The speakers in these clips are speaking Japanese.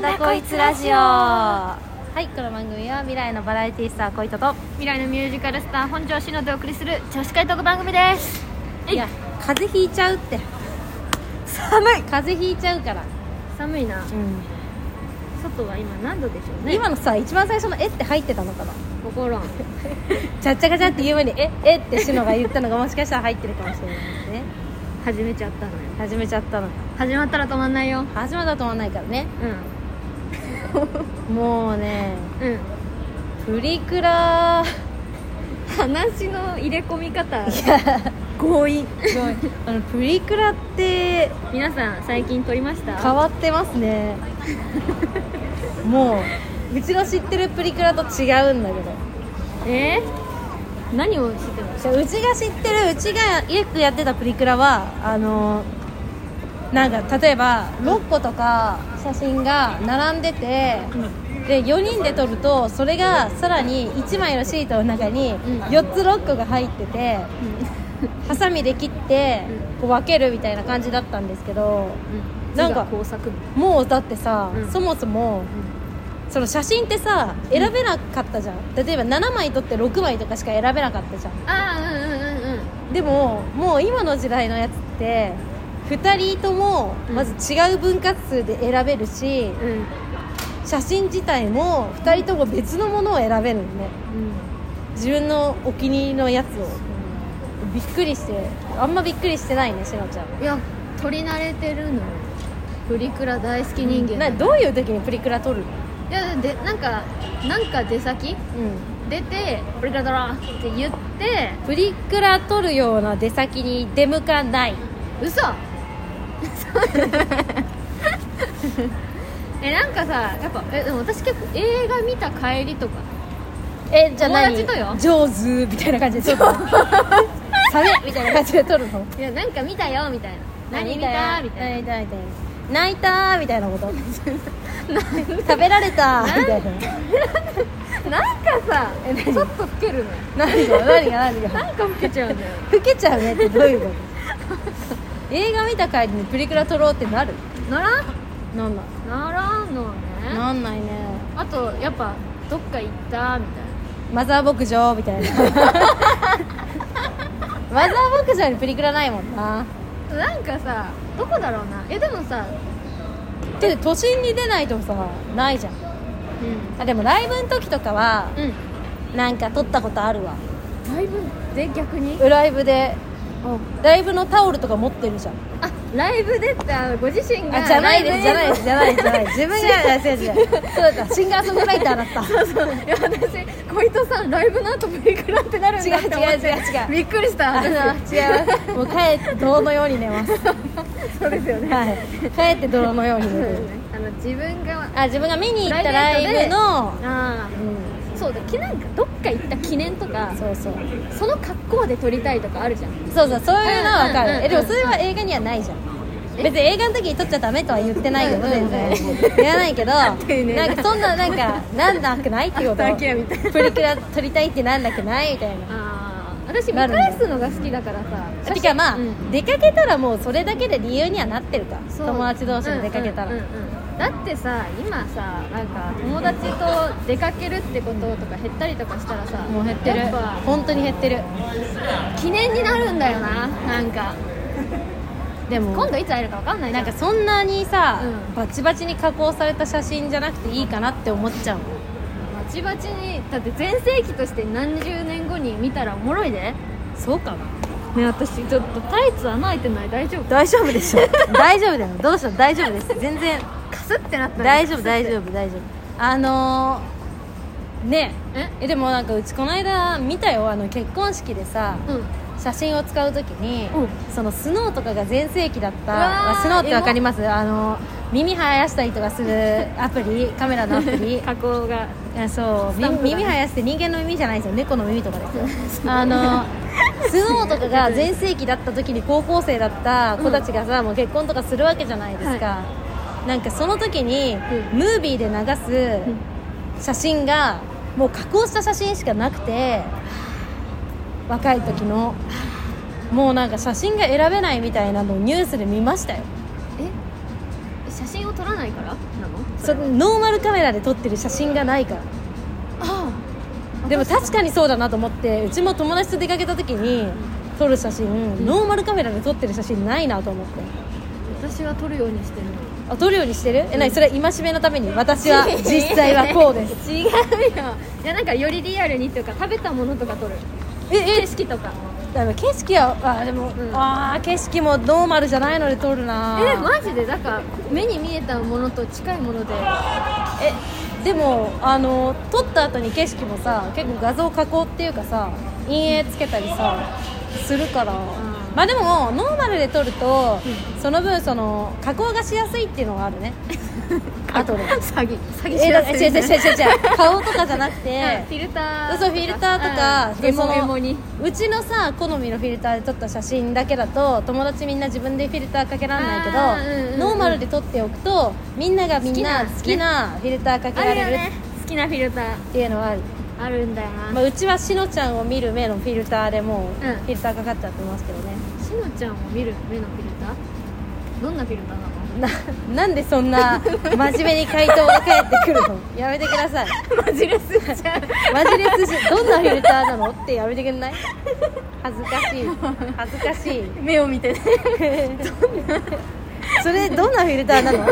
だこいつラジオはいこの番組は未来のバラエティスターこいとと未来のミュージカルスター本庄しのでお送りする女子会特番組ですえいいや風邪ひいちゃうって寒い風邪ひいちゃうから、寒いな外は今何度でしょうね今のさ一番最初の「え」って入ってたのかな心んちゃっちゃかちゃって言う前に「ええっ」てしのが言ったのがもしかしたら入ってるかもしれないですね始めちゃったのよ始めちゃったのか始まったら止まんないよ始まったと思わないからねうもうねんうんプリクラ話の入れ込み方強引あのプリクラって皆さん最近撮りました変わってますねもううちの知ってるプリクラと違うんだけどえー、何をしてたのそううちが知ってるうちがよくやってたプリクラはあのなんか例えば6個とか写真が並んでて、で4人で撮るとそれがさらに1枚のシートの中にん4つ6個が入ってて、ハサミで切ってこう分けるみたいな感じだったんですけどうんなんか字が工作部もうだってさ、うんそもそもその写真ってさ選べなかったじゃん例えば7枚撮って6枚とかしか選べなかったじゃんああうんうんうんうんでももう今の時代のやつって2人ともうんまず違う分割数で選べるし、うん写真自体も2人とも別のものを選べるんでうん自分のお気に入りのやつをびっくりしてあんまびっくりしてないねしのちゃんいや撮り慣れてるのよプリクラ大好き人間なだどういう時にプリクラ撮るのいやでなんかなんか出先うん出てプリクラだろって言ってプリクラ撮るような出先に出向かない嘘 えなんかさやっぱえでも私結構映画見た帰りとかえじゃあ何友達とよ上手みたいな感じで 撮るのサメみたいな感じで撮るのいやなんか見たよみたいな何見たみたいなな泣いた泣いたみたいなこと食べられたみたいな なんかさちょっと老けるのよ何が何が何がなんか老けちゃうんだよ老けちゃうねってどういうこと映画見た帰りにプリクラ撮ろうってなる ならんなんないならんのねなんないねあとやっぱどっか行ったみたいなマザー牧場みた いなマザー牧場にプリクラないもんななんかさどこだろうなえでもさで都心に出ないとさないじゃんうあでもライブの時とかはんうんなんか撮ったことあるわライブで逆にライブでライブのタオルとか持ってるじゃんあライブでってあのご自身があじゃないですじゃないでですじゃないですじゃないです自分が違う違う違うそうだったシンガーソングライターだ ったすそういや私小糸さんライブの後プリクラってなるんだって思って違う違う違う違うびっくりしたあ私の違うもう帰って泥のように寝ますそうですよねはい帰って泥のようにそう寝でするねあの自分があ自分が見に行ったライブのあうあそうだきなんかどっか行った記念とかんそうそうその格好で撮りたいとかあるじゃんそうそうそういうのは分かうんうんうんるえでもそれは映画にはないじゃん別に映画の時に撮っちゃダメとは言ってないけどうんうん全うん然言わないけど丁寧ななんかそんななんかなんなくないってことアフターケアみたいなプリクラ撮りたいってなんなくないみたいなああ私見なるんだ返すのが好きだからさてかまあ、うん出かけたらもうそれだけで理由にはなってるかそう友達同士で出かけたら、うんうんうんうんだってさ今さなんか友達と出かけるってこととか減ったりとかしたらさもう減ってるやっぱ本当に減ってる記念になるんだよななんかでも今度いつ会えるか分かんないじなゃんんかそんなにさ、うんバチバチに加工された写真じゃなくていいかなって思っちゃうバチバチにだって全盛期として何十年後に見たらおもろいでそうかなね私ちょっとタイツ穴開いてない大丈夫大丈夫でしょ 大丈夫だよどうしたの大丈夫です全然カスってなった大丈夫大丈夫大丈夫あのー、ねええでもなんかうちこの間見たよあの結婚式でさ、うんうん写真を使う時に、うそのスノーとかが全盛期だっうわたーあスノーってわかりますあの耳生やしたりとかするアプリカメラのアプ リ加工があそうスタンプだねみ耳生やして人間の耳じゃないですよ猫の耳とかですよ あのスノーとかが全盛期だった時に高校生だった子たちがさ、もう結婚とかするわけじゃないですか、なんかその時に、うんムービーで流うんす写真がもう加工した写真しかなくて若い時のもうなんか写真が選べないみたいなのをニュースで見ましたよえ写写真を撮らないからなのそのノーマルカメラで撮ってる写真がないからあでも確かにそうだなと思ってうちも友達と出かけた時に撮る写真、ノーマルカメラで撮ってる写真ないなと思って私は撮るようにしてるのあ撮るようにしてるえなにそれ戒めのために私 は実際はこうです違うよいやなんかよりリアルにというか食べたものとか撮る ええ景色とかでも景色はあでも、んあー景色もノーマルじゃないので撮るなえマジでだから目に見えたものと近いものでえでもあの撮った後に景色もさ結構画像加工っていうかさ陰影つけたりさするから、まあでもノーマルで撮ると、その分その加工がしやすいっていうのがあるね後で詐欺詐欺えしだやっすてい違う違う違う違う顔とかじゃなくはいてフィルターそうフィルターとかうんでエモそのエモにうちのさ好みのフィルターで撮った写真だけだと友達みんな自分でフィルターかけらんないけど、あーうんうんうんノーマルで撮っておくとみんながみんな好好ききなフィルターかけあらるれよるね好きなフィルターっていうのはあるあるんだよまなあ、うちはしのちゃんを見る目のフィルターでもううんフィルターかかっちゃってますけどね、しのちゃんを見る目のフィルターどんなフィルターなのななんでそん な真面目に回答が返ってくるのやめてくださいマジレスじゃんマジレスしどんなフィルターなのってやめてくんない恥ずかしい恥ずかしい目を見てねそれどんなフィルターなのや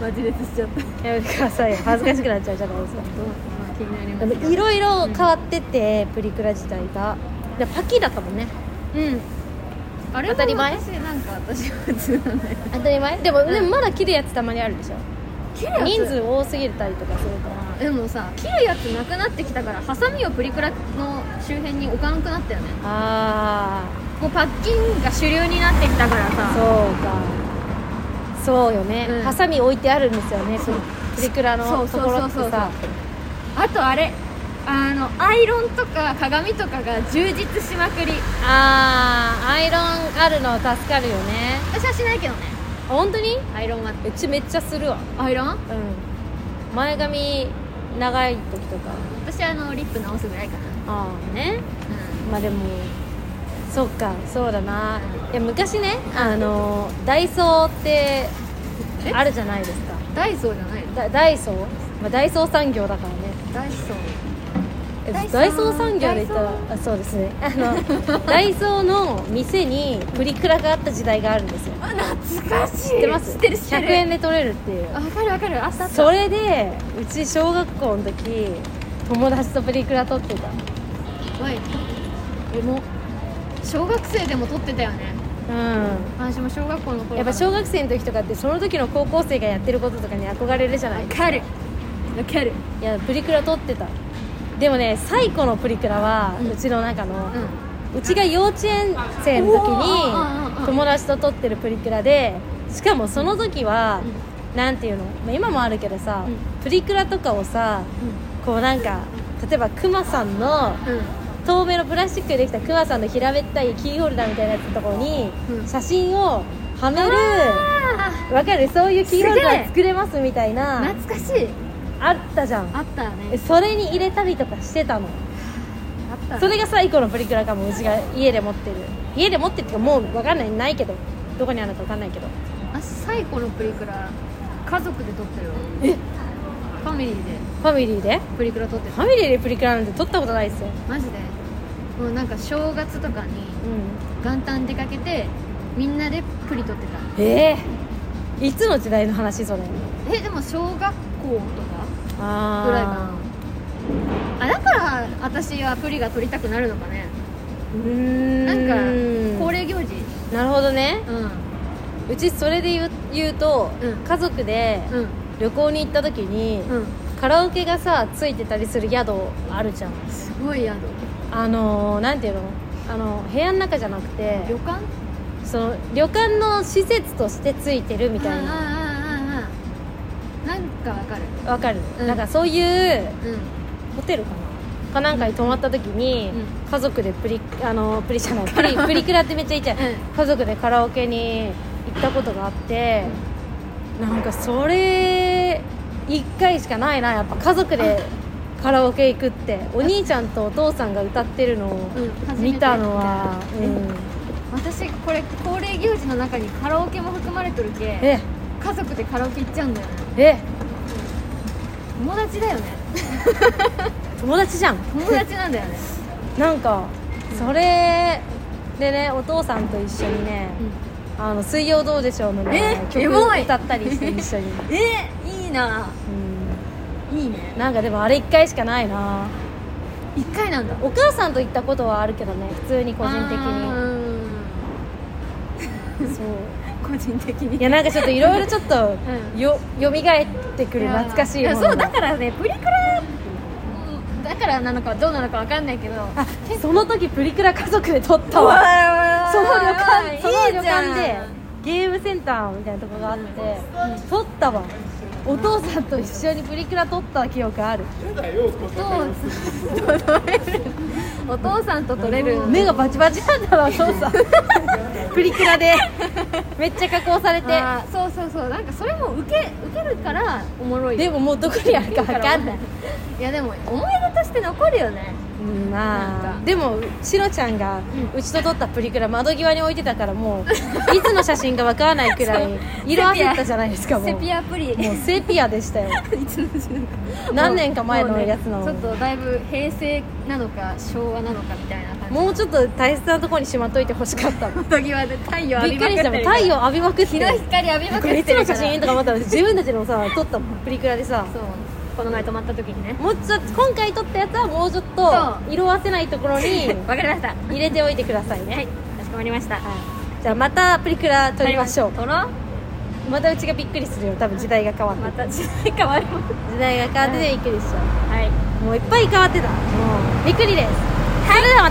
マジレスしちゃっためてくださいよ恥ずかしくなっちゃうじゃないですかどうまあ気になりでますもいろいろ変わっててプリクラ自体がでパキだったもんねうんあれ当たり前私なんか私は普通なんだよ当たり前でも、でもまだ切るやつたまにあるでしょ人数多すぎたりとかするからでもさ切るやつなくなってきたからハサミをプリクラの周辺に置かなくなったよねあもうパッキンが主流になってきたかあらさそうかそうよね、うんハサミ置いてあるんですよねプリプリクラそのうとそうころそっうてそうさあとあれあのアイロンとか鏡とかが充実しまくりああアイロンあるの助かるよね私はしないけどねあ本当にアイロンはうちめっちゃするわアイロンうん前髪長い時とか私あのリップ直すぐらいかなああねうまあでもそっかそうだないや昔ねあのダイソーってえあるじゃないですかんダイソーじゃないのダダイソー、まあ、ダイソー産業だからねダイソーえダイソーダイソー産業で言ったらダイあそうですねあの ダイソーの店にプリクラがあった時代があるんですよあ懐かしい知ってます知ってる知ってる100円で取れるっていうあわかるわかるあったあったそれでうち小学校の時友達とプリクラ撮ってたおいえも小学生でも撮ってたよねうん私も小学校の頃やっぱ小学生の時とかってその時の高校生がやってることとかに憧れるじゃないわかるわかるいやプリクラ撮ってたでもね最古のプリクラはうんうちの中の、うんうちが幼稚園生の時うわーうんうんうにん友達と撮ってるプリクラでしかもその時は、なんていうの、まあ今もあるけどさ、うんプリクラとかをさこうなんか例えばクマさんのうんうん透明のプラスチックでできたクマさんの平べったいキーホルダーみたいなやつのところにうん写真をはめるあわかるそういうキーホルダすげーえ作れますみたいあな懐かしいあったじゃんあったえねそれに入れたりとかしてたのあったそれが最古のプリクラかもうちが家で持ってる家で持ってるっていうかもう分かんないないけどどこにあるのか分かんないけどあ最古のプリクラ家族で撮ってるわえファミリーでファミリーでプリクラ撮ってフたァミリーでプリクラなんて撮ったことないですよマジでもうなんか正月とかにうん元旦出かけてみんなでプリ撮ってたええいつの時代の話それえでも小学校とかあぐらいかなあだから私はプリが撮りたくなるのかねうーんなんか恒例行事なるほどねうんうちそれで言う言うと、うん家族でうん旅行に行った時に、うんカラオケがさついてたりする宿あるじゃんすごい宿あのー、なんていうのあの部屋の中じゃなくて旅館その旅館の施設としてついてるみたいああなああああなんかわかるわかる、うんなんかそういううんホテルかなかなんかに泊まった時に、う家族でプリあのプリじゃないプリ プリクラってめっちゃいいじゃん、うん家族でカラオケに行ったことがあって、なんかそれ1回しかないなやっぱ家族でカラオケ行くってお兄ちゃんとお父さんが歌ってるのをうん初め見てたのは、うん私これ恒例行事の中にカラオケも含まれとるけえ家族でカラオケ行っちゃうんだよねえ友達だよね友達じゃん友達なんだよねなんかそれでねお父さんと一緒にね「うあの水曜どうでしょう」のねえエ曲モい歌ったりして一緒に、んえいいないうねん、なんかでもあれ1回しかないな一回なんだお母さんと行ったことはあるけどね普通に個人的にそう個人的にいやなんかちょっといろいろちょっとうんよよみがえってくる懐かしいものやそうだからねプリクラだからなのかどうなのかわかんないけどあその時プリクラ家族で撮ったわその旅館その旅館でゲームセンターみたいなとこがあって撮ったわお父さんと一緒にプリクラ撮った記憶あるお父さんと撮れるお父さん と撮れる目がバチバチなんだろうお父 さんプリクラでめっちゃ加工されてあーそうそうそうなんかそれも受け受けるからおもろいでももうどこにあるか分かんないいやでも思い出として残るよねうんなまんあかでもしろちゃんがうちと撮ったプリクラ窓際に置いてたからも ういつの写真かわからないくらい色あせったじゃないですかもうセピアプリ もうセピアでしたよ何年か前のやつなもうのねちょっとだいぶ平成なのか昭和なのかみたいな感じもうちょっと大切なとこにしまっといてほしかったの窓際で太陽浴びっびくまりくしたもん太陽浴びまくっ日ての光浴びまこくってれいるつからの写真とか思ったら自分たちのさ撮った プリクラでさそうこの前泊まった時にねもうちょっと今回撮ったやつはもうちょっそと色あせないところ にわかりましたは入れておいてくださいね、いかしこまりましたじゃあまたプリクラ撮りましょう撮ろうまたうちがびっくりするよ多分時代が変わってまた時代変わります時代が変わっててびっくりしちゃはい。うもういっぱい変わってたもうびっくりですそれではまた